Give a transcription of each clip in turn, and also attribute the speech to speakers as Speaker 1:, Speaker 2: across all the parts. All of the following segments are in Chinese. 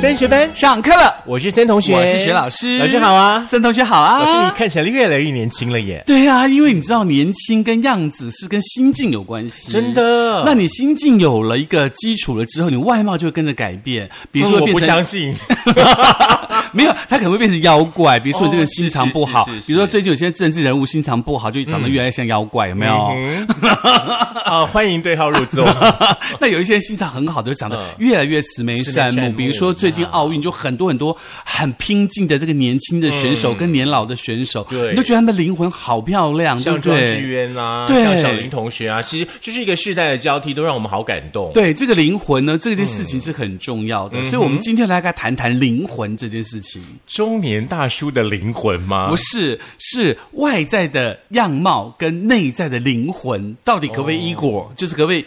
Speaker 1: 森学班，
Speaker 2: 上课了，
Speaker 1: 我是森同学，
Speaker 2: 我是学老师，
Speaker 1: 老师好啊，
Speaker 2: 森同学好啊，
Speaker 1: 老师你看起来越来越年轻了耶，
Speaker 2: 对啊，因为你知道年轻跟样子是跟心境有关系，
Speaker 1: 真的
Speaker 2: 嗯那你心境有了一个基础了之后，你外貌就会跟着改变，比如
Speaker 1: 嗯
Speaker 2: 说
Speaker 1: 我
Speaker 2: 变
Speaker 1: 不
Speaker 2: 成
Speaker 1: 相信，
Speaker 2: 没有，他可能会变成妖怪。比如说你这个人
Speaker 1: 哦
Speaker 2: 心肠不好，
Speaker 1: 是是是是
Speaker 2: 比如说最近有些政治人物心肠不好，就长得越来越像妖怪，有没有？
Speaker 1: 嗯哼啊，欢迎对号入座，
Speaker 2: 那有一些人心肠很好的，就长得
Speaker 1: 嗯
Speaker 2: 越来越慈眉善
Speaker 1: 慈眉善
Speaker 2: 目。
Speaker 1: 目嗯
Speaker 2: 比如说最近奥运就很多很多很拼劲的这个年轻的选手跟年老的选手，
Speaker 1: 嗯对
Speaker 2: 你都觉得他们的灵魂好漂亮，对
Speaker 1: 像
Speaker 2: 不
Speaker 1: 庄智
Speaker 2: 对？
Speaker 1: 渊啊，
Speaker 2: 对
Speaker 1: 像小林同学啊，其实就是一个世代的交替，都让我们好感动。
Speaker 2: 对这个灵魂呢，这件事情是很重要
Speaker 1: 嗯
Speaker 2: 的，所以我们今天来该谈谈灵魂这件事情。
Speaker 1: 中年大叔的灵魂吗？
Speaker 2: 不是，是外在的样貌跟内在的灵魂到底可不可以一果，就是可不可以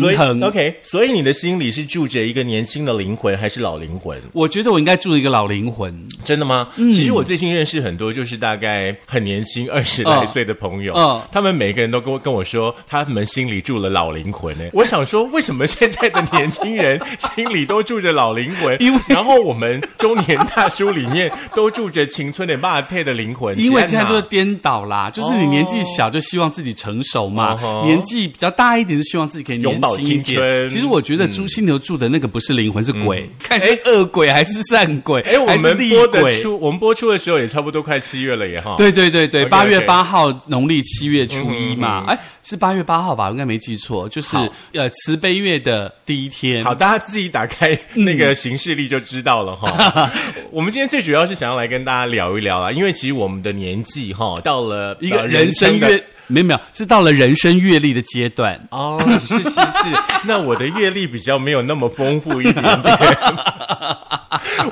Speaker 1: 哦所以
Speaker 2: 衡。
Speaker 1: OK，所以你的心里是住着一个年轻的灵魂，还是老灵魂？
Speaker 2: 我觉得我应该住一个老灵魂，
Speaker 1: 真的吗？
Speaker 2: 嗯
Speaker 1: 其实我最近认识很多，就是大概很年轻，二
Speaker 2: 哦
Speaker 1: 十来岁的朋友，
Speaker 2: 嗯
Speaker 1: 他们每个人都跟我跟我说，他们心里住了老灵 魂呢、我想说，为什么现在的年轻人心里都住着老灵魂？
Speaker 2: 因为
Speaker 1: 然后我们中年大叔里面都住着青春的霸退的灵魂，
Speaker 2: 因为现
Speaker 1: 天
Speaker 2: 在
Speaker 1: 哪哦
Speaker 2: 都是颠倒啦，就是你年纪小就希望自己成熟嘛，
Speaker 1: 哦吼
Speaker 2: 年纪比较大一点就希望自己可以年
Speaker 1: 永葆
Speaker 2: 轻一
Speaker 1: 青春
Speaker 2: 点。其实我觉得朱犀牛住的那个不是灵魂，是鬼，看是恶鬼还是善鬼，
Speaker 1: 哎，我
Speaker 2: 还是
Speaker 1: 们
Speaker 2: 厉
Speaker 1: 播的
Speaker 2: 鬼。
Speaker 1: 出，我们播出的时候也差不多快七月了耶哈。
Speaker 2: 对对对对，
Speaker 1: OK，OK 嗯
Speaker 2: 八月八号农历七月初一嘛，哎，是八月八号吧？我应该没记错，就是
Speaker 1: 好
Speaker 2: 呃慈悲月的第一天。
Speaker 1: 好，大家自己打开那
Speaker 2: 嗯
Speaker 1: 个行事历就知道了 哈。我们今天最主要是想要来跟大家聊一聊啊，因为其实我们的年纪哈，到了
Speaker 2: 一个
Speaker 1: 呃
Speaker 2: 人生
Speaker 1: 的
Speaker 2: 阅，没有没有，是到了人生阅历的阶段。
Speaker 1: 哦，是是是，那我的阅历比较没有那么丰富一点 点。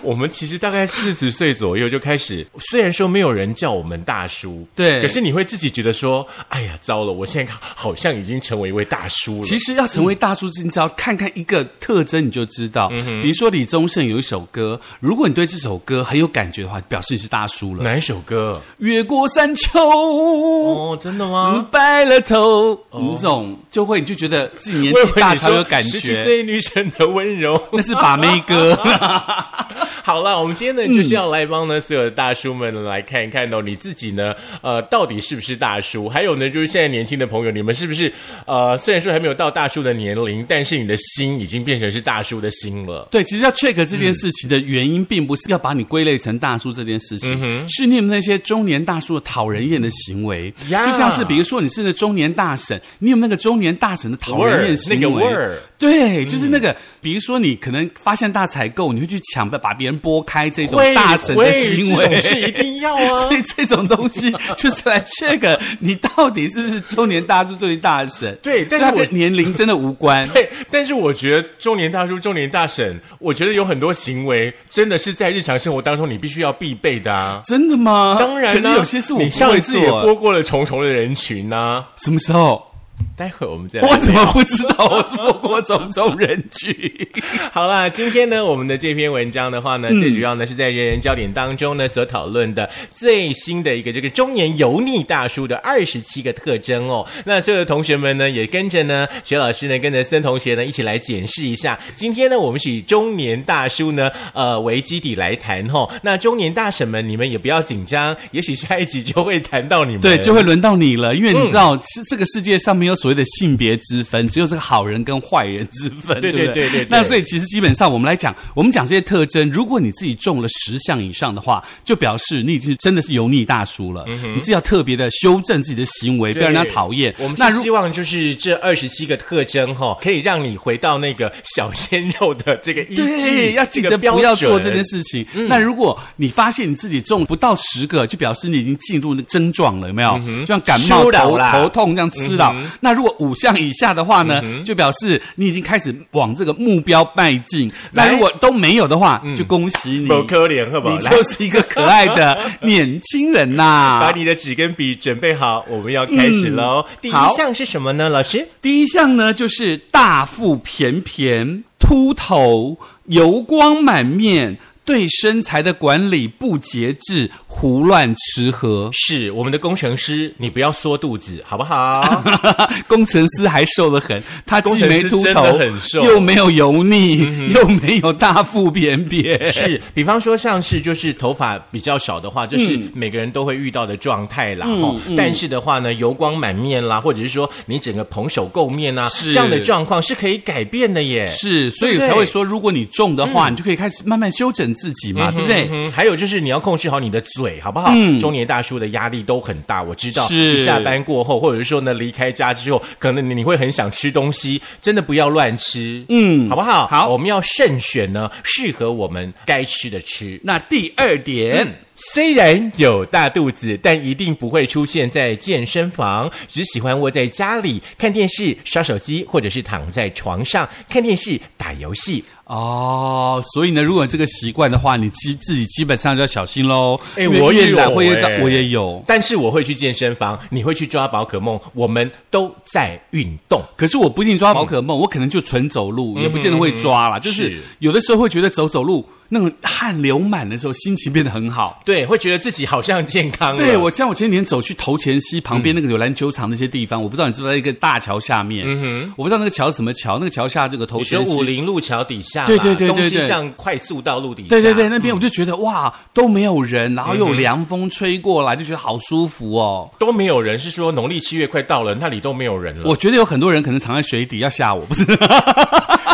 Speaker 1: 我们其实大概四十岁左右就开始，虽然说没有人叫我们大叔，
Speaker 2: 对
Speaker 1: 可是你会自己觉得说，哎呀，糟了，我现在好像已经成为一位大叔了。
Speaker 2: 其实要成为大叔，你只要看看一个特征你就知道。
Speaker 1: 嗯
Speaker 2: 比如说李宗盛有一首歌，如果你对这首歌很有感觉的话，表示你是大叔了。
Speaker 1: 哪一首歌？
Speaker 2: 越过山丘，
Speaker 1: 哦，真的吗？
Speaker 2: 嗯白了
Speaker 1: 哦
Speaker 2: 头，你这种就会你就觉得自己年纪大才有感
Speaker 1: 十七
Speaker 2: 觉。
Speaker 1: 岁女生的温柔。
Speaker 2: 那是把妹歌，
Speaker 1: 好了，我们今天
Speaker 2: 嗯
Speaker 1: 呢就是要来帮呢所有的大叔们来看一看哦，你自己呢呃到底是不是大叔？还有呢就是现在年轻的朋友，你们是不是呃虽然说还没有到大叔的年龄，但是你的心已经变成是大叔的心了。
Speaker 2: 对，其实要 check 这
Speaker 1: 嗯
Speaker 2: 件事情的原因，并不是要把你归类成大叔这件事
Speaker 1: 嗯
Speaker 2: 情，是你们那些中年大叔的讨人厌的行为，
Speaker 1: 呀
Speaker 2: 就像是比如说你是那中年大婶，你有没有那个中年大婶的讨人厌行为，
Speaker 1: 味儿那个味嗯儿
Speaker 2: 对，就是那个，比如说你可能发现大采购，你会去抢把把别人拨开这种
Speaker 1: 会
Speaker 2: 大婶的
Speaker 1: 会
Speaker 2: 行为
Speaker 1: 这种。是一定要啊
Speaker 2: 所。以这种东西就是来 check 你到底是不是中年大叔、中年大婶。
Speaker 1: 对但是
Speaker 2: 所以它
Speaker 1: 我
Speaker 2: 跟年龄真的无关。
Speaker 1: 对，但是我觉得中年大叔、中年大婶，我觉得有很多行为真的是在日常生活当中你必须要必备的啊。
Speaker 2: 真的吗？
Speaker 1: 当然、啊，
Speaker 2: 可是有些是我
Speaker 1: 你
Speaker 2: 不会
Speaker 1: 上一次也
Speaker 2: 做
Speaker 1: 播过了重重的人群呐、
Speaker 2: 什么时候？
Speaker 1: 待会儿我们再来
Speaker 2: 我怎么不知道？我错过种种人 群。
Speaker 1: 好啦，今天呢，我们的这篇文章的话呢，
Speaker 2: 嗯
Speaker 1: 最主要呢是在人人焦点当中呢所讨论的最新的一个这个中年油腻大叔的二十七个特征哦。那所有的同学们呢，也跟着呢学老师呢，跟着森同学呢一起来检视一下。今天呢，我们是以中年大叔呢呃为基底来谈哦。那中年大婶们，你们也不要紧张，也许下一集就会谈到你们，
Speaker 2: 对，就会轮到你了，因为
Speaker 1: 嗯
Speaker 2: 你知道，是、这个世界上没有所谓的性别之分，只有这个好人跟坏人之分，
Speaker 1: 对
Speaker 2: 对不
Speaker 1: 对对对对
Speaker 2: 那所以其实基本上我们来讲，我们讲这些特征，如果你自己中了十项以上的话，就表示你已经是真的是油腻大叔了，
Speaker 1: 嗯
Speaker 2: 你自己要特别的修正自己的行为，不
Speaker 1: 对
Speaker 2: 要让人家讨厌。
Speaker 1: 我们
Speaker 2: 那
Speaker 1: 是
Speaker 2: 如
Speaker 1: 希望就是这二十七个特征哈、可以让你回到那个小鲜肉的这个依据，
Speaker 2: 对，要记
Speaker 1: 这个
Speaker 2: 得
Speaker 1: 标
Speaker 2: 不
Speaker 1: 准
Speaker 2: 要做这件。事情。那如果你发现你自己中不到十个，就表示你已经进入那症状了，有没有？就像感冒
Speaker 1: 疏、导
Speaker 2: 头
Speaker 1: 啦
Speaker 2: 头痛这样刺到。那如果五项以下的话呢，就表示你已经开始往这个目标迈进。那
Speaker 1: 来
Speaker 2: 如果都没有的话，就恭喜你，
Speaker 1: 不可怜，好不好？
Speaker 2: 你
Speaker 1: 来，
Speaker 2: 就是一个可爱的年轻人
Speaker 1: 把
Speaker 2: 呐。
Speaker 1: 你的纸跟笔准备好，我们要开始喽。第一
Speaker 2: 好
Speaker 1: 项是什么呢？老师，
Speaker 2: 第一项呢，就是大腹便便、秃头、油光满面。对身材的管理不节制，胡乱吃喝。
Speaker 1: 是我们的工程师，你不要缩肚子，好不 好？
Speaker 2: 工程师还瘦得很，他
Speaker 1: 工
Speaker 2: 既
Speaker 1: 程
Speaker 2: 没
Speaker 1: 师
Speaker 2: 秃
Speaker 1: 真的
Speaker 2: 头
Speaker 1: 很，瘦嗯
Speaker 2: 又没有油腻，又没有大腹便 便。
Speaker 1: 是，比方说像是就是头发比较少的话，这是
Speaker 2: 嗯
Speaker 1: 每个人都会遇到的状态啦。哈、但是的话呢，油光满面啦，或者是说你整个蓬首垢面啊，
Speaker 2: 是
Speaker 1: 这样的状况是可以改变的耶。
Speaker 2: 是，所以
Speaker 1: 对
Speaker 2: 才会说，如果你重的话，你就可以开始慢慢修整自己嘛，对不对？
Speaker 1: 嗯，还有就是你要控制好你的嘴，好不好？中年大叔的压力都很大，我知道。
Speaker 2: 是
Speaker 1: 你下班过后，或者是说呢，离开家之后，可能你你会很想吃东西，真的不要乱吃，嗯，好不好？
Speaker 2: 好
Speaker 1: 我们要慎选呢，适合我们该吃的吃。
Speaker 2: 那第二
Speaker 1: 嗯
Speaker 2: 点。
Speaker 1: 虽然有大肚子，但一定不会出现在健身房，只喜欢窝在家里看电视、刷手机，或者是躺在床上看电视、打游戏。
Speaker 2: 哦，所以呢，如果有这个习惯的话，你基自己基本上就要小心喽。
Speaker 1: 哎
Speaker 2: 因为
Speaker 1: 我也
Speaker 2: 越懒
Speaker 1: 有
Speaker 2: 会越
Speaker 1: 哎
Speaker 2: 长，我也有。
Speaker 1: 但是我会去健身房，你会去抓宝可梦，我们都在运动。
Speaker 2: 可是我不一定抓宝可梦，我可能就纯走路，也不见得会抓啦。就是
Speaker 1: 嗯是
Speaker 2: 有的时候会觉得走走路，那种汗流满的时候，心情变得很好。
Speaker 1: 对，会觉得自己好像健康了。
Speaker 2: 对我像我前几天走去头前溪旁边那个有篮球场那些地方，我不知道你知不知道一个大桥下面，我不知道那个桥是什么桥，那个桥下这个头
Speaker 1: 嗯你说
Speaker 2: 前溪
Speaker 1: 武林路桥底下啦，
Speaker 2: 对对对对
Speaker 1: 东西
Speaker 2: 对
Speaker 1: 向快速道路底下，
Speaker 2: 对对对，那边我就觉得、哇都没有人，然后
Speaker 1: 嗯
Speaker 2: 又有凉风吹过来，就觉得好舒服哦。
Speaker 1: 都没有人。是说农历七月快到了，那里都没有人了。
Speaker 2: 我觉得有很多人可能藏在水底要吓我，不嗯是？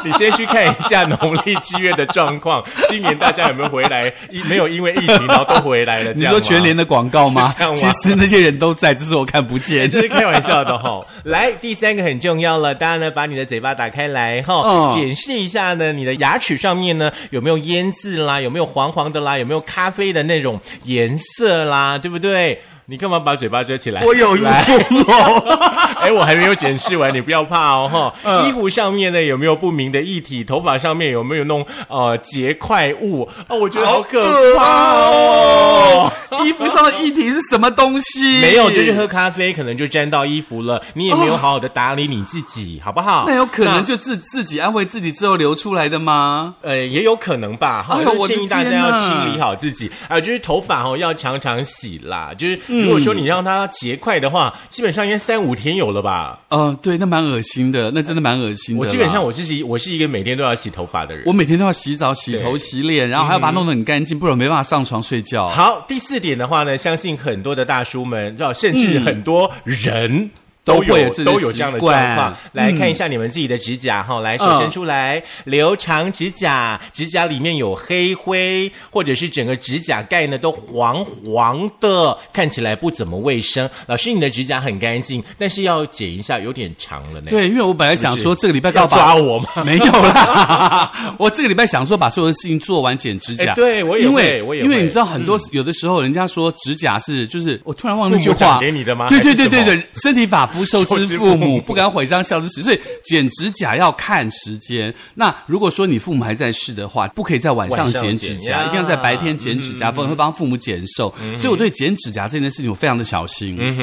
Speaker 1: 你先去看一下农历七月的状况，今年大家有没有回来？一没有因为疫情然后都回来了。
Speaker 2: 你
Speaker 1: 这样吗
Speaker 2: 说全联的广告吗
Speaker 1: 是这样？吗
Speaker 2: 其实那些人都在，只是我看不 见
Speaker 1: 这。是开玩笑的哈、来，第三个很重要了，大家呢把你的嘴巴打开来哈、
Speaker 2: 嗯
Speaker 1: 检视一下呢你的牙齿上面呢有没有腌渍啦，有没有黄黄的啦，有没有咖啡的那种颜色啦，对不对？你干嘛把嘴巴遮起来？
Speaker 2: 有一
Speaker 1: 来
Speaker 2: 哦，
Speaker 1: 哎，我还没有检视完，你不要怕哦，哈、衣服上面呢有没有不明的液体？头发上面有没有弄呃结块物？哦，我觉
Speaker 2: 哎
Speaker 1: 得好可怕哦。！
Speaker 2: 衣服上的液体是什么东西？
Speaker 1: 没有，就是喝咖啡可能就沾到衣服了，你也没有好好的打理你自己，好不好？
Speaker 2: 那有可能
Speaker 1: 那
Speaker 2: 就自自己安慰自己之后流出来的吗？
Speaker 1: 呃，也有可能吧，哈、
Speaker 2: 哎呦
Speaker 1: 就是
Speaker 2: 我的
Speaker 1: 建议大家
Speaker 2: 天哪
Speaker 1: 要清理好自己啊、就是头发哦要常常洗啦，就是如果说你让它结块的话，基本上应该三五天有了吧。
Speaker 2: 嗯、对，那蛮恶心的，那真的蛮恶心的
Speaker 1: 我
Speaker 2: 啦。
Speaker 1: 基本上我是一我是一个每天都要洗头发的人。
Speaker 2: 我每天都要洗澡、洗头、洗脸，然后还要把它弄得很干净，不然我没办法上床睡觉。
Speaker 1: 好，第四点的话呢，相信很多的大叔们，知道甚至很多人。
Speaker 2: 嗯都
Speaker 1: 都
Speaker 2: 会
Speaker 1: 有
Speaker 2: 有这些
Speaker 1: 都有这样的状
Speaker 2: 习惯嗯
Speaker 1: 况，来看一下你们自己的指甲哈，来手伸出来，留长指甲，指甲里面有黑灰，或者是整个指甲盖呢都黄黄的，看起来不怎么卫生。老师，你的指甲很干净，但是要剪一下，有点长了呢。，
Speaker 2: 对，因为我本来想说这个礼拜
Speaker 1: 要
Speaker 2: 告
Speaker 1: 抓
Speaker 2: 把
Speaker 1: 我吗？
Speaker 2: 没有啦， 我这个礼拜想说把所有的事情做完剪指甲。
Speaker 1: 哎对我也
Speaker 2: 因为
Speaker 1: 会我也
Speaker 2: 因为
Speaker 1: 会嗯
Speaker 2: 你知道很多有的时候人家说指甲是就是我突然忘了那句
Speaker 1: 父母长
Speaker 2: 话
Speaker 1: 给你的吗
Speaker 2: 对对
Speaker 1: 还是
Speaker 2: 对
Speaker 1: 什
Speaker 2: 对
Speaker 1: 么
Speaker 2: 对，身体发肤受之
Speaker 1: 受之
Speaker 2: 父
Speaker 1: 父母
Speaker 2: 母，不敢毁伤孝之始。所以剪指甲要看时间。那如果说你父母还在世的话，不可以在晚上
Speaker 1: 晚上
Speaker 2: 剪指
Speaker 1: 剪呀嗯
Speaker 2: 甲，一定要在白天剪指甲，不然会帮父母减寿。所以我对剪指甲这件事情我非常的小心。
Speaker 1: 嗯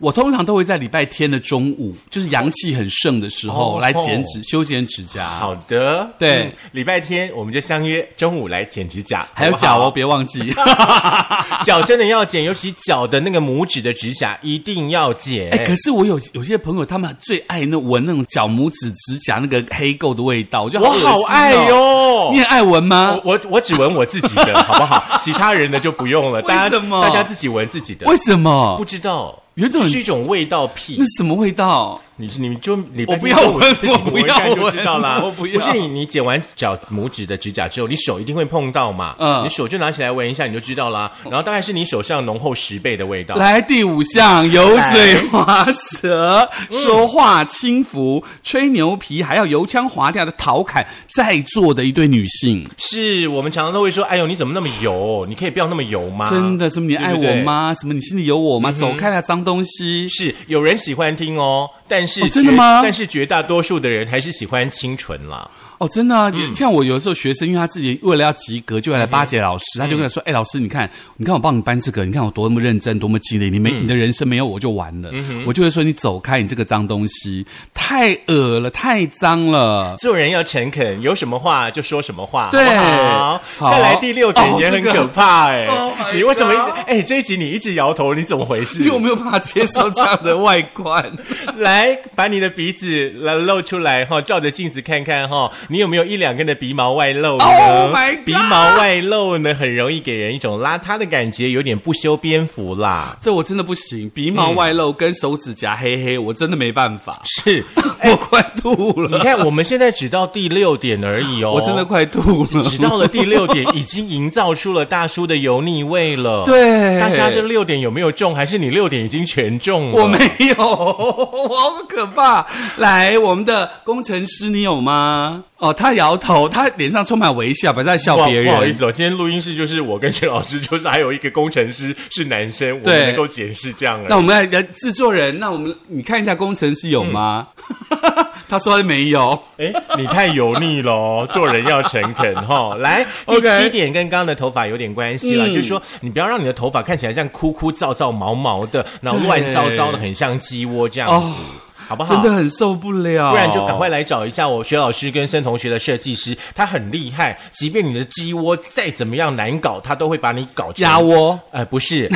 Speaker 2: 我通常都会在礼拜天的中午，就是阳气很盛的时候
Speaker 1: 哦
Speaker 2: 来剪指修剪指甲。
Speaker 1: 好的，
Speaker 2: 对
Speaker 1: 嗯礼拜天我们就相约中午来剪指甲，
Speaker 2: 还有
Speaker 1: 好不好
Speaker 2: 脚哦，别 忘记。
Speaker 1: 脚真的要剪，尤其脚的那个拇指的指甲一定要剪。
Speaker 2: 哎、可是我有有些朋友，他们最爱那闻那种脚拇指指甲那个黑垢的味道，我觉得
Speaker 1: 我
Speaker 2: 好恶心
Speaker 1: 好
Speaker 2: 哦
Speaker 1: 爱哟、
Speaker 2: 你也爱闻吗
Speaker 1: 我？我我只闻我自己的，好不好？其他人的就不用了。大
Speaker 2: 为
Speaker 1: 家
Speaker 2: 什么
Speaker 1: 大家自己闻自己的
Speaker 2: 为，什么
Speaker 1: 不？知道，
Speaker 2: 有一种
Speaker 1: 这是一种味道癖
Speaker 2: 那。什么味道？
Speaker 1: 你你就你
Speaker 2: 我不要闻我不要
Speaker 1: 看就
Speaker 2: 闻
Speaker 1: 知道啦。
Speaker 2: 我不要
Speaker 1: 是你你剪完脚拇指的指甲之后，你手一定会碰到嘛？
Speaker 2: 嗯哦
Speaker 1: 你手就拿起来闻一下，你就知道啦。然后大概是你手上浓厚十倍的味道。
Speaker 2: 来第五项，油嘴滑舌，说话轻浮，吹牛皮，还要油腔滑调的调侃在座的一对女性，
Speaker 1: 是我们常常都会说，哎呦，你怎么那么油？你可以不要那么油吗？
Speaker 2: 真的什么你爱
Speaker 1: 啊对不嗯
Speaker 2: 我
Speaker 1: 对
Speaker 2: 吗？什么你心里有我吗？走开啦，脏东西！
Speaker 1: 是有人喜欢听哦，但是、
Speaker 2: 哦真的吗
Speaker 1: 但是绝大多数的人还是喜欢清纯啦。
Speaker 2: 哦，真的、啊，
Speaker 1: 嗯
Speaker 2: 像我有的时候学生，因为他自己为了要及格，就来巴结老师，
Speaker 1: 嗯
Speaker 2: 他就跟他说：“哎、老师，你看，你看我帮你搬这个，你看我多么认真，多么积累，你
Speaker 1: 嗯
Speaker 2: 没、你的人生没有我就完了。我就会说：“你走开，你这个脏东西，太恶了，太脏了。”
Speaker 1: 做人要诚恳，有什么话就说什么话，
Speaker 2: 对
Speaker 1: 好不好？
Speaker 2: 好
Speaker 1: 再来第六点
Speaker 2: 哦
Speaker 1: 也很
Speaker 2: 这个
Speaker 1: 可怕哎、
Speaker 2: Oh my
Speaker 1: 你为什么一直
Speaker 2: God
Speaker 1: 哎、这一集你一直摇头，你怎么回事
Speaker 2: 因为？我没有办法接受这样的外 观。
Speaker 1: 来，把你的鼻子来露出来哈、照着镜子看看哈、你有没有一两根的鼻毛外露呢
Speaker 2: Oh my God
Speaker 1: 鼻毛外露呢，很容易给人一种邋遢的感觉，有点不修边幅啦。
Speaker 2: 这我真的不行，鼻毛外露跟手指甲黑黑，我真的没办法，
Speaker 1: 是，
Speaker 2: 我快吐
Speaker 1: 嗯你
Speaker 2: 了，
Speaker 1: 看我们现在只到第六点而已哦，
Speaker 2: 我真的快吐了。
Speaker 1: 只到了第六点，已经营造出了大叔的油腻味了。。
Speaker 2: 对，
Speaker 1: 大家这六点有没有中？还是你六点已经全中了？
Speaker 2: 我没有，我好可怕。来，我们的工程师，你有吗？哦，他摇头，他脸上充满微笑，不是在笑
Speaker 1: 不好
Speaker 2: 别人。
Speaker 1: 不好意思哦，今天录音室就是我跟薛老师，就是还有一个工程师是男生，我们
Speaker 2: 对
Speaker 1: 能够解释这样而已。
Speaker 2: 那我们来聊制作人，那我们你看一下工程师有吗？
Speaker 1: 嗯
Speaker 2: 他说没有。
Speaker 1: 哎，你太油腻了哦，做人要诚恳哈、来，第
Speaker 2: OK
Speaker 1: 七点跟刚刚的头发有点关系了，
Speaker 2: 嗯
Speaker 1: 就是说你不要让你的头发看起来像枯枯燥燥、毛毛的，然后
Speaker 2: 对
Speaker 1: 乱糟糟的，很像鸡窝这样子，
Speaker 2: 哦
Speaker 1: 好不好？
Speaker 2: 真的很受不了，
Speaker 1: 啊不然就赶快来找一下我薛老师跟申同学的设计师，他很厉害，即便你的鸡窝再怎么样难搞，他都会把你搞成
Speaker 2: 压。窝。
Speaker 1: 呃，不是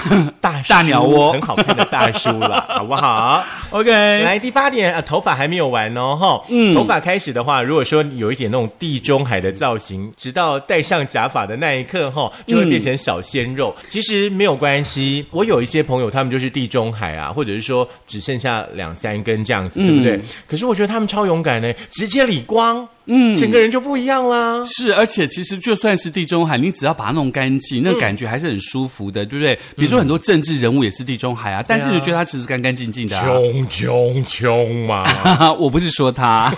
Speaker 1: 大叔
Speaker 2: 大鸟窝
Speaker 1: 很好看的大叔啦，好不好？
Speaker 2: OK，
Speaker 1: 来第八点啊、呃头发还没有完哦，哈，嗯，头发开始的话，如果说有一点那种地中海的造型，直到戴上假发的那一刻，哈，就会变成小鲜肉。其实没有关系，我有一些朋友，他们就是地中海啊，或者是说只剩下两三根这样子，对不对？可是我觉得他们超勇敢呢，直接理光，嗯，整个人就不一样啦。
Speaker 2: 是，而且其实就算是地中海，你只要把它弄干
Speaker 1: 嗯
Speaker 2: 净，那感觉还是很舒服的，对不对？比如说很多政治人物也是地中海啊，但是你觉得他其实干干净净的、啊。
Speaker 1: 穷穷穷 嘛！
Speaker 2: 哈哈， 我不是说他，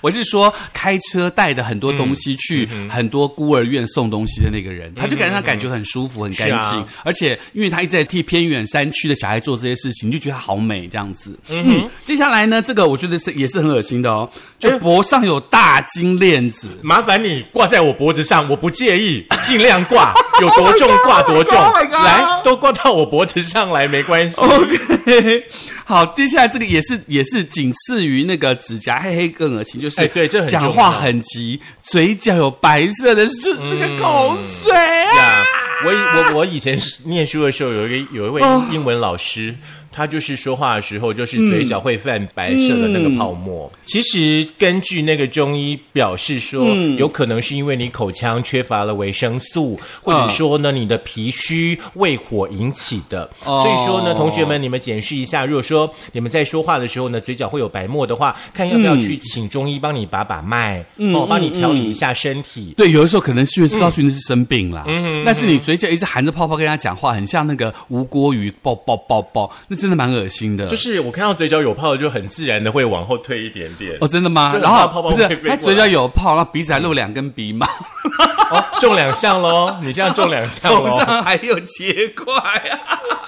Speaker 2: 我是说开车带的很多东西去很多孤儿院送东西的那个人，他就感觉他感觉很舒服、很干
Speaker 1: 是
Speaker 2: 净，
Speaker 1: 啊
Speaker 2: 而且因为他一直在替偏远山区的小孩做这些事情，你就觉得他好美这样子。嗯，接下来呢，这个我觉得是也是很恶心的哦，就脖上有大金链子。
Speaker 1: 麻烦你挂在我脖子上，我不介意，尽量挂，有多重
Speaker 2: Oh my God,
Speaker 1: 挂多重
Speaker 2: oh my God, oh my God
Speaker 1: 来都挂到我脖子上来，没关系。
Speaker 2: OK，好，接下来这个也是也是仅次于那个指甲黑黑更恶心，就是、
Speaker 1: 哎对这很
Speaker 2: 讲
Speaker 1: 重
Speaker 2: 话
Speaker 1: 要
Speaker 2: 很急，嘴角有白色的，就是那个口水啊。
Speaker 1: 嗯呀我以我我以前是念书的时候，有一个有一位英文老师，他就是说话的时候，就是嘴角会泛白色的那个泡沫。其实根据那个中医表示说，有可能是因为你口腔缺乏了维生素，或者说呢你的脾虚胃火引起的。
Speaker 2: 哦
Speaker 1: 所以说呢，同学们你们检视一下，如果说你们在说话的时候呢，嘴角会有白沫的话，看要不要去请中医帮你把把脉，哦，帮你调理一下身体。
Speaker 2: 对，有的时候可能是告诉你是生病啦，
Speaker 1: 嗯
Speaker 2: 但是你嘴角一直含着泡泡跟人家讲话，很像那个吴锅鱼爆爆爆爆，那真的蛮恶心的。
Speaker 1: 就是我看到嘴角有泡，就很自然的会往后退一点点。
Speaker 2: 哦，真的吗？
Speaker 1: 就很
Speaker 2: 然
Speaker 1: 怕
Speaker 2: 后
Speaker 1: 泡泡
Speaker 2: 不是
Speaker 1: 会飞过来
Speaker 2: 他嘴角有泡，然后鼻子还露两根鼻毛，
Speaker 1: 哦，中两项喽！你这样中两 项
Speaker 2: 头
Speaker 1: 喽。
Speaker 2: 上还有结块啊。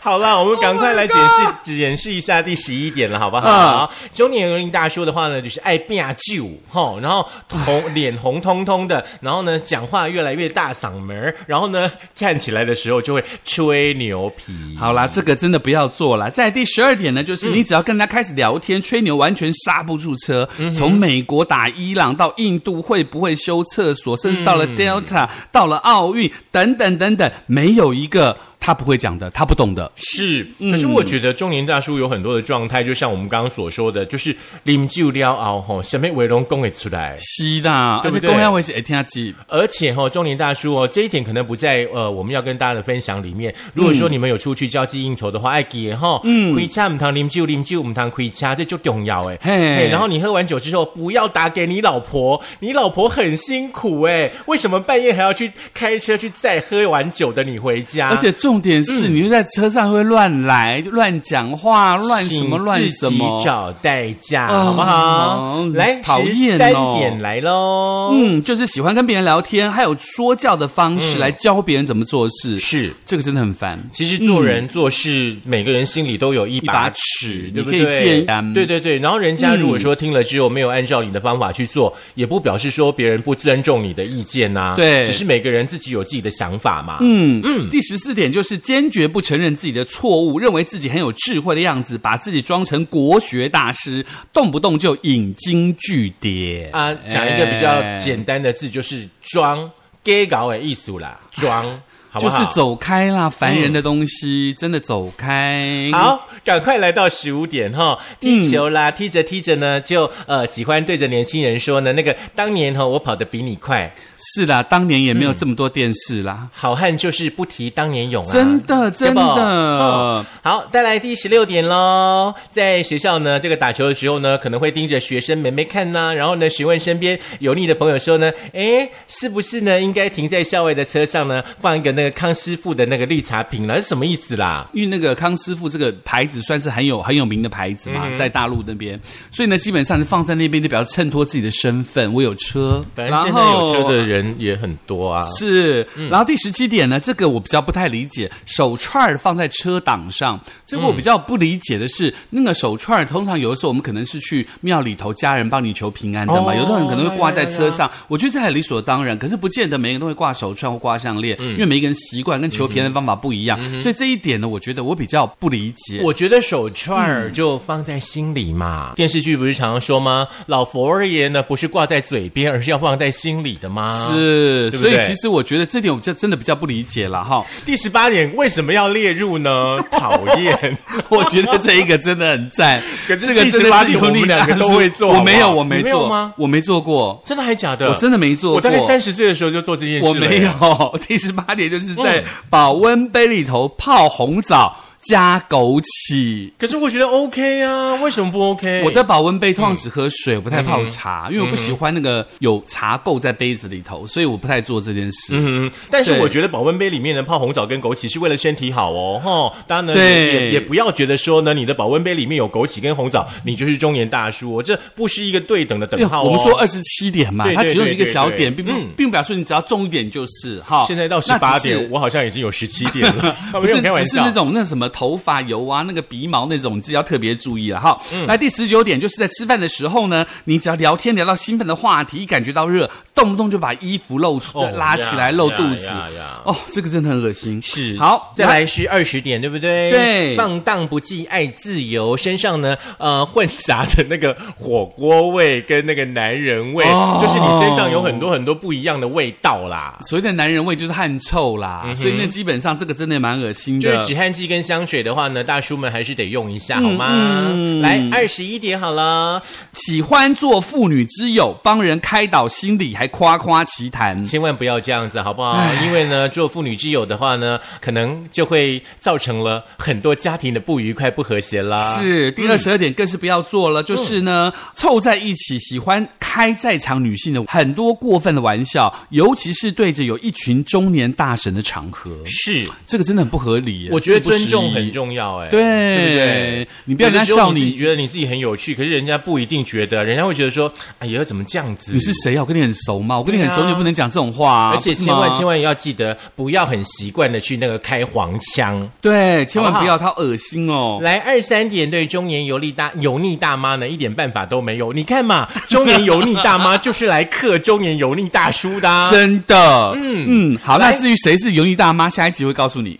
Speaker 1: 好啦，我们赶快来解释、解释一下第十一点了，好不好？
Speaker 2: Oh 嗯
Speaker 1: 中年油腻大叔的话呢，就是爱变旧吼，然后红脸红通通的，然后呢讲话越来越大嗓门儿，然后呢站起来的时候就会吹牛皮。
Speaker 2: 好啦，这个真的不要做啦。在第十二点呢，
Speaker 1: 嗯
Speaker 2: 就是你只要跟人家开始聊天、吹牛，完全刹不住车。
Speaker 1: 嗯
Speaker 2: 从美国打伊朗到印度会不会修厕所，甚至到
Speaker 1: 嗯
Speaker 2: 了 Delta，、到了奥运等等等等，没有一个他不会讲的，他不懂的。
Speaker 1: 是，
Speaker 2: 嗯
Speaker 1: 可是我觉得中年大叔有很多的状态，就像我们刚刚所说的，就是啉酒了后吼，什么围龙供给出来。
Speaker 2: 是的，
Speaker 1: 对不
Speaker 2: 而且
Speaker 1: 对
Speaker 2: 公安会是哎听他记，
Speaker 1: 而且哈、哦，中年大叔哦，这一点可能不在呃我们要跟大家的分享里面。如果说你们有出去交际应酬的话，爱给哈，嗯，亏掐唔当啉酒，啉酒唔当亏掐，这就重要哎。
Speaker 2: 嘿
Speaker 1: 嘿，然后你喝完酒之后，不要打给你老婆，你老婆很辛苦哎，为什么半夜还要去开车去载喝完酒的你回家？
Speaker 2: 而且重重点
Speaker 1: 嗯
Speaker 2: 是，你就在车上会乱来、乱讲话、乱什么乱什
Speaker 1: 请自己
Speaker 2: 么。
Speaker 1: 找代驾，
Speaker 2: 哦
Speaker 1: 好不好？来，
Speaker 2: 讨厌
Speaker 1: 三
Speaker 2: 哦
Speaker 1: 点来喽。
Speaker 2: 嗯，就是喜欢跟别人聊天，还有说教的方式来教别人怎么做事，
Speaker 1: 嗯是，
Speaker 2: 这个真的很烦。
Speaker 1: 其实做人做事，每个人心里都有一把
Speaker 2: 把
Speaker 1: 尺
Speaker 2: 尺，
Speaker 1: 对不
Speaker 2: 你可以
Speaker 1: 对
Speaker 2: 建？嗯
Speaker 1: 对对对。然后人家如果说听了之后没有按照你的方法去做，也不表示说别人不尊重你的意见呐。
Speaker 2: 对
Speaker 1: 只是每个人自己有自己的想法嘛。
Speaker 2: 嗯嗯，第十四点就是坚决不承认自己的错误，认为自己很有智慧的样子，把自己装成国学大师，动不动就引经据典
Speaker 1: 啊，讲一个比较
Speaker 2: 哎
Speaker 1: 简单的字，就是装 gay 搞的艺术 啦，装，好不
Speaker 2: 就是
Speaker 1: 好？
Speaker 2: 走开啦，烦人的东西、真的走开。，
Speaker 1: 嗯好，赶快来到十五点哈，
Speaker 2: 嗯
Speaker 1: 踢球啦，踢着踢着呢，就呃喜欢对着年轻人说呢，那个当年哈我跑得比你快，
Speaker 2: 是啦，当年也没有这么多电视啦，
Speaker 1: 好汉就是不提当年勇啊，
Speaker 2: 真的
Speaker 1: 对
Speaker 2: 真
Speaker 1: 不
Speaker 2: 的。
Speaker 1: 哦好，再来第十六点喽，在学校呢，这个打球的时候呢，可能会盯着学生妹妹看呐、然后呢，询问身边油腻的朋友说呢，诶，是不是呢应该停在校外的车上呢，放一个那个康师傅的那个绿茶瓶啦？是什么意思啦？
Speaker 2: 因为那个康师傅这个牌子算是很有很有名的牌子嘛，
Speaker 1: 嗯
Speaker 2: 在大陆那边，所以呢，基本上是放在那边就比较衬托自己的身份。我有车，
Speaker 1: 反正现在
Speaker 2: 然后
Speaker 1: 有车的人也很多啊，
Speaker 2: 是，然后第十七点呢，这个我比较不太理解，手串儿放在车挡上，这个我
Speaker 1: 嗯
Speaker 2: 比较不理解的是，那个手串儿通常有的时候我们可能是去庙里头家人帮你求平安的嘛，
Speaker 1: 哦
Speaker 2: 有的人可能会挂在车
Speaker 1: 呀
Speaker 2: 上，我觉得这还理所当然，可是不见得每个人都会挂手串或挂项链，
Speaker 1: 嗯
Speaker 2: 因为每个人习惯跟求平安的方法不一样，所以这一点呢，我觉得我比较不理解。
Speaker 1: 我觉得手串儿就放在心里嘛。电视剧不是常常说吗？老佛爷呢不是挂在嘴边，而是要放在心里的吗？。
Speaker 2: 是，
Speaker 1: 啊对不
Speaker 2: 所以
Speaker 1: 对
Speaker 2: 其实我觉得这点我这真的比较不理解了哈。
Speaker 1: 第十八点为什么要列入 呢？讨厌。
Speaker 2: 我觉得这一个真的很赞，
Speaker 1: 可是
Speaker 2: 这个真的
Speaker 1: 78
Speaker 2: 是
Speaker 1: 点我们
Speaker 2: 油腻
Speaker 1: 两个
Speaker 2: 大
Speaker 1: 都
Speaker 2: 叔
Speaker 1: 会做
Speaker 2: 我
Speaker 1: 好
Speaker 2: 没有，
Speaker 1: 不好
Speaker 2: 我没
Speaker 1: 你没有
Speaker 2: 做
Speaker 1: 吗
Speaker 2: 我没做过，
Speaker 1: 真的还假的？
Speaker 2: 我真的没做过
Speaker 1: 我大概三十岁的时候就做这件事了。
Speaker 2: 我没有。 第十八点就是在
Speaker 1: 嗯
Speaker 2: 保温杯里头泡红枣加枸杞。
Speaker 1: 可是我觉得 OK 啊，为什么不 OK？
Speaker 2: 我的保温杯通常只喝水，我不太泡
Speaker 1: 嗯
Speaker 2: 茶，因为我不喜欢那个有茶垢在杯子里头，所以我不太做这件事。
Speaker 1: 嗯，但是
Speaker 2: 对
Speaker 1: 我觉得保温杯里面呢泡红枣跟枸杞是为了身体好哦，吼，当然呢
Speaker 2: 对
Speaker 1: 也也也不要觉得说呢你的保温杯里面有枸杞跟红枣，你就是中年大叔、哦，这不是一个对等的等号、哦。
Speaker 2: 哎我们说二十七点嘛
Speaker 1: 对，
Speaker 2: 它
Speaker 1: 对
Speaker 2: 其中
Speaker 1: 对
Speaker 2: 一个
Speaker 1: 对
Speaker 2: 小
Speaker 1: 对
Speaker 2: 点，并不
Speaker 1: 嗯
Speaker 2: 并不表示你只要重一点就是哈。
Speaker 1: 现在到十
Speaker 2: 那只
Speaker 1: 八
Speaker 2: 是
Speaker 1: 点，我好像已经有十七点 了，
Speaker 2: 不
Speaker 1: 没有
Speaker 2: 是，
Speaker 1: 开
Speaker 2: 只
Speaker 1: 玩
Speaker 2: 是
Speaker 1: 笑
Speaker 2: 那。种那什么头发油啊，那个鼻毛那种，你自己要特别注意了哈。
Speaker 1: 嗯
Speaker 2: 那第十九点就是在吃饭的时候呢，你只要聊天聊到兴奋的话题，感觉到热，动不动就把衣服露出、
Speaker 1: 哦
Speaker 2: 拉起来
Speaker 1: 呀
Speaker 2: 露
Speaker 1: 呀
Speaker 2: 肚子
Speaker 1: 呀呀，
Speaker 2: 哦，这个真的很恶心。
Speaker 1: 是
Speaker 2: 好，
Speaker 1: 再来是二十点，对不对？
Speaker 2: 对
Speaker 1: 放荡不羁，爱自由，身上呢呃混杂着那个火锅味跟那个男人味，
Speaker 2: 哦
Speaker 1: 就是你身上有很多很多不一样的味道啦。
Speaker 2: 所谓的男人味就是汗臭啦，所以那基本上这个真的蛮恶心
Speaker 1: 嗯就是
Speaker 2: 的
Speaker 1: 止。汗剂跟香水的话呢，大叔们还是得用一下，好吗？来，二十一点好了，
Speaker 2: 喜欢做妇女之友，帮人开导心理，还夸夸其谈。
Speaker 1: 千万不要这样子，好不好？因为呢，做妇女之友的话呢，可能就会造成了很多家庭的不愉快、不和谐啦。
Speaker 2: 是第二
Speaker 1: 嗯
Speaker 2: 十二点，更是不要做了。就是呢，凑在一起，喜欢开在场女性的很多过分的玩笑，尤其是对着有一群中年大神的场合，
Speaker 1: 是，
Speaker 2: 这个真的很不合理耶。
Speaker 1: 我觉得
Speaker 2: 这个不
Speaker 1: 尊重
Speaker 2: 适宜
Speaker 1: 很重要、哎，
Speaker 2: 对
Speaker 1: 对不对？
Speaker 2: 你不要人家笑
Speaker 1: 有的时
Speaker 2: 你
Speaker 1: 候自己觉得你自己很有趣，可是人家不一定觉得，人家会觉得说，哎呀，怎么这样子？
Speaker 2: 你是谁呀、我跟你很熟吗？我跟你很
Speaker 1: 对
Speaker 2: 熟，
Speaker 1: 啊
Speaker 2: 你也不能讲这种话、啊，
Speaker 1: 而且
Speaker 2: 不是
Speaker 1: 千万
Speaker 2: 吗
Speaker 1: 千万要记得，不要很习惯的去那个开黄腔。
Speaker 2: 对，千万
Speaker 1: 好不好
Speaker 2: 不要，他恶心哦。
Speaker 1: 来二三点对中年油腻大油腻大妈呢一点办法都没有。你看嘛，中年油腻大妈就是来克中年油腻大叔的、啊。
Speaker 2: 真的，嗯嗯，好，那
Speaker 1: 来
Speaker 2: 至于谁是油腻大妈，下一集会告诉你。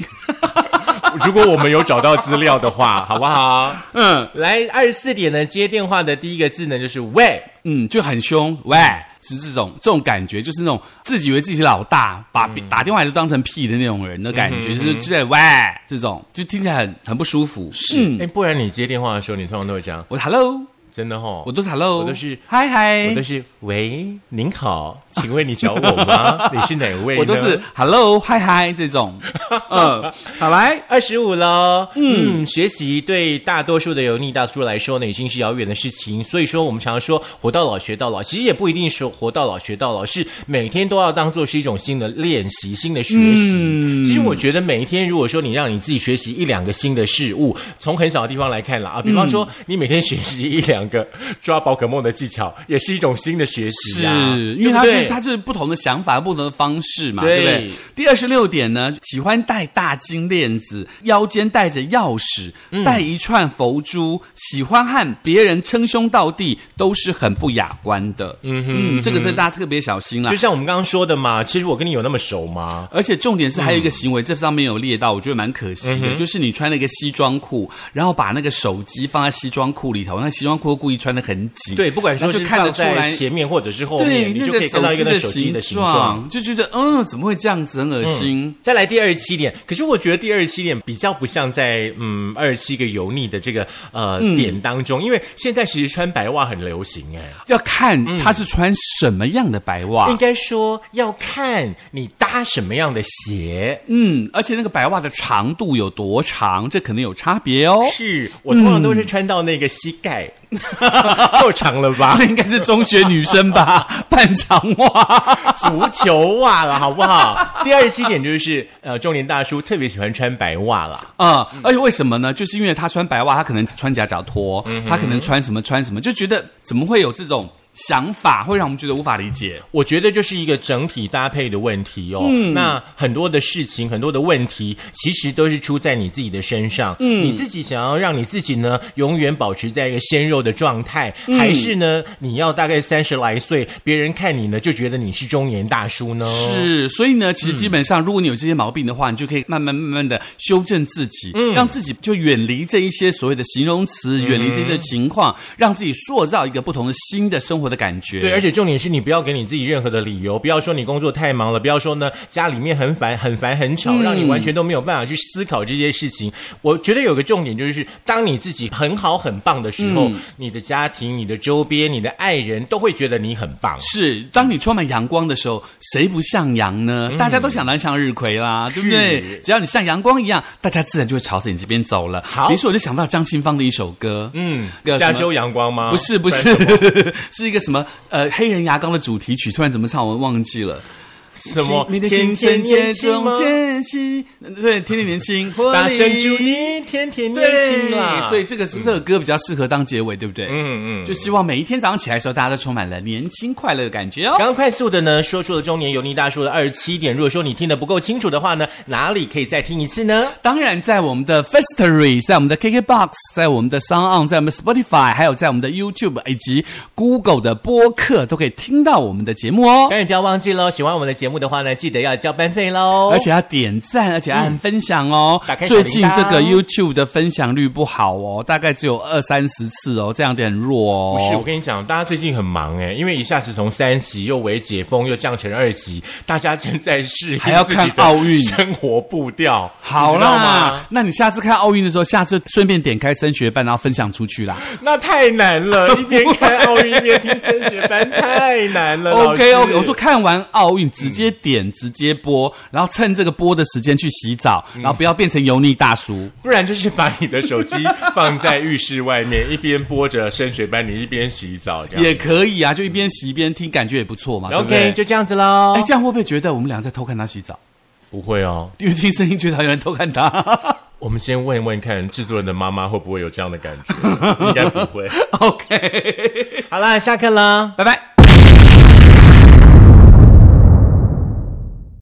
Speaker 1: 如果我们有找到资料的话，好不好？
Speaker 2: 嗯
Speaker 1: 来二十四点呢，接电话的第一个字呢就是喂。
Speaker 2: 嗯，就很凶，喂，是这种这种感觉，就是那种自己以为自己是老大，把、
Speaker 1: 嗯
Speaker 2: 打电话都当成屁的那种人的感觉，就是就在喂这种，就听起来很很不舒服。是，嗯
Speaker 1: 哎，不然你接电话的时候，你通常都会这样。
Speaker 2: 我 hello，
Speaker 1: 真的哦吼、
Speaker 2: 我都是 hello，
Speaker 1: 我都是
Speaker 2: 嗨
Speaker 1: 我都
Speaker 2: 嗨，
Speaker 1: 是喂，您好，请问你找我 吗？你是哪位呢？
Speaker 2: 我都是 hello 嗨嗨 这种。嗯，好来，
Speaker 1: 二十五喽，嗯，学习对大多数的油腻大叔来说呢，已经是遥远的事情。所以说，我们常说“活到老，学到老”，其实也不一定说“活到老，学到老”，是每天都要当做是一种新的练习、新的学习。其实我觉得每一天，如果说你让你自己学习一两个新的事物，从很小的地方来看啦啊，比方说你每天学习一两个抓宝可梦的技巧，也是一种新的学习
Speaker 2: 是
Speaker 1: 呀、
Speaker 2: 因为它
Speaker 1: 啊对不对
Speaker 2: 是它是不同的想法、不同的方式嘛，
Speaker 1: 对
Speaker 2: 对不对？第二十六点呢，喜欢戴大金链子，腰间带着钥匙，
Speaker 1: 嗯
Speaker 2: 戴一串佛珠，喜欢和别人称兄道弟，都是很不雅观的。嗯哼，这个是大家特别小心啦
Speaker 1: 就。像我们刚刚说的嘛，其实我跟你有那么熟吗？
Speaker 2: 而且重点是还有一个行为，这上面有列到，我觉得蛮可
Speaker 1: 嗯
Speaker 2: 惜的，就是你穿了一个西装裤，然后把那个手机放在西装裤里头，那西装裤故意穿的很紧，
Speaker 1: 对，不管说
Speaker 2: 那
Speaker 1: 是
Speaker 2: 就看得
Speaker 1: 放
Speaker 2: 出
Speaker 1: 在
Speaker 2: 来
Speaker 1: 前面或者是后
Speaker 2: 对，
Speaker 1: 面，你就可以看到一个那手机的形状。，嗯
Speaker 2: 就觉得嗯，怎么会这样子，很恶心。
Speaker 1: 再来第二十七点，可是我觉得第二十七点比较不像在嗯二十七个油腻的这个呃、
Speaker 2: 嗯
Speaker 1: 点当中，因为现在其实穿白袜很流行哎、
Speaker 2: 要看他是穿什么样的白袜
Speaker 1: 应，该说要看你搭什么样的鞋。
Speaker 2: 嗯，而且那个白袜的长度有多长，这可能有差别哦。
Speaker 1: 是我通常都是穿到那个膝 盖，够长了吧
Speaker 2: 那？ 应该是中学女 生吧，半长袜。
Speaker 1: 足球袜了，好不好？ 第二十七点就是呃，中年大叔特别喜欢穿白袜啦。
Speaker 2: 啊、而且为什么呢？就是因为他穿白袜，他可能穿夹脚拖，
Speaker 1: 嗯
Speaker 2: 他可能穿什么穿什么，就觉得怎么会有这种想法，会让我们觉得无法理解。
Speaker 1: 我觉得就是一个整体搭配的问题哦。那很多的事情，很多的问题，其实都是出在你自己的身上。嗯，你自己想要让你自己呢，永远保持在一个鲜肉的状态，还是呢，你要大概三十来岁，别人看你呢，就觉得你是中年大叔呢？。
Speaker 2: 是，所以呢，其实基本上，如果你有这些毛病的话，你就可以慢慢慢慢的修正自己，
Speaker 1: 嗯
Speaker 2: 让自己就远离这一些所谓的形容词，远离这些情况，让自己塑造一个不同的新的生活的感觉。
Speaker 1: 对，而且重点是你不要给你自己任何的理由，不要说你工作太忙了，不要说呢家里面很烦、很烦、很吵，让你完全都没有办法去思考这些事情。我觉得有个重点就是，当你自己很好、很棒的时候，你的家庭、你的周边、你的爱人都会觉得你很棒。
Speaker 2: 是，当你充满阳光的时候，谁不向阳呢？
Speaker 1: 嗯
Speaker 2: 大家都想当向日葵啦，对不对？只要你像阳光一样，大家自然就会朝着你这边走了。
Speaker 1: 好
Speaker 2: 于是我就想到张清芳的一首歌，嗯，
Speaker 1: 加州阳光吗？
Speaker 2: 不是不
Speaker 1: 然
Speaker 2: 是， 是一个什么呃黑人牙膏的主题曲，突然怎么唱我忘记了。
Speaker 1: 什么
Speaker 2: 你的
Speaker 1: 天天
Speaker 2: 青春
Speaker 1: 年
Speaker 2: 接
Speaker 1: 轻吗
Speaker 2: 中？间隙，对，天天年轻，
Speaker 1: 大声祝
Speaker 2: 注意。
Speaker 1: 你天天年轻啦！
Speaker 2: 对，所以这个是这个歌比较适合当结尾，对不对？嗯嗯，就希望每一天早上起来的时候，大家都充满了年轻快乐的感觉哦。
Speaker 1: 刚刚快速的呢，说出了中年油腻大叔的二十七点。如果说你听得不够清楚的话呢，哪里可以再听一次呢？
Speaker 2: 当然，在我们的 Firstory，在我们的 KKBox，在我们的 Sound On，在我们 Spotify，还有在我们的 YouTube 以及 Google 的播客，都可以听到我们的节目哦。
Speaker 1: 当然不要忘记喽，喜欢我们的节目的话呢，记得要交班费喽。
Speaker 2: 而且要点赞，而且按分享哦。
Speaker 1: 哦嗯打开小
Speaker 2: 最
Speaker 1: 铃铛
Speaker 2: 近这个 YouTube 的分享率不好哦，大概只有二三十次哦，这样有点弱哦。
Speaker 1: 不是，我跟你讲，大家最近很忙哎，因为一下子从三级又为解封，又降成二级，大家正在适应
Speaker 2: 还要看
Speaker 1: 自己的
Speaker 2: 奥运
Speaker 1: 生活步调，
Speaker 2: 好
Speaker 1: 你知道吗
Speaker 2: 啦，？那你下次看奥运的时候，下次顺便点开升学班，然后分享出去啦。
Speaker 1: 那太难 了，一边看奥运一边听升学班，太难 了。
Speaker 2: OK
Speaker 1: 老
Speaker 2: OK，
Speaker 1: 师
Speaker 2: 我说看完奥运直接点直接播，然后趁这个播的时间去洗澡，
Speaker 1: 嗯
Speaker 2: 然后不要变成油腻大叔。
Speaker 1: 不然就是把你的手机放在浴室外面，一边播着升学班，你一边洗澡这样。
Speaker 2: 也可以啊，就一边洗一边听，感觉也不错嘛，对不
Speaker 1: OK，
Speaker 2: 对？
Speaker 1: 就这样子喽
Speaker 2: 哎，。这样会不会觉得我们俩在偷看他洗澡？
Speaker 1: 不会哦，
Speaker 2: 因为听声音觉得好像有人偷看他。
Speaker 1: 我们先问问看制作人的妈妈 会不会有这样的感觉，应该不会。
Speaker 2: OK，
Speaker 1: 好啦，下课啦。
Speaker 2: 拜拜。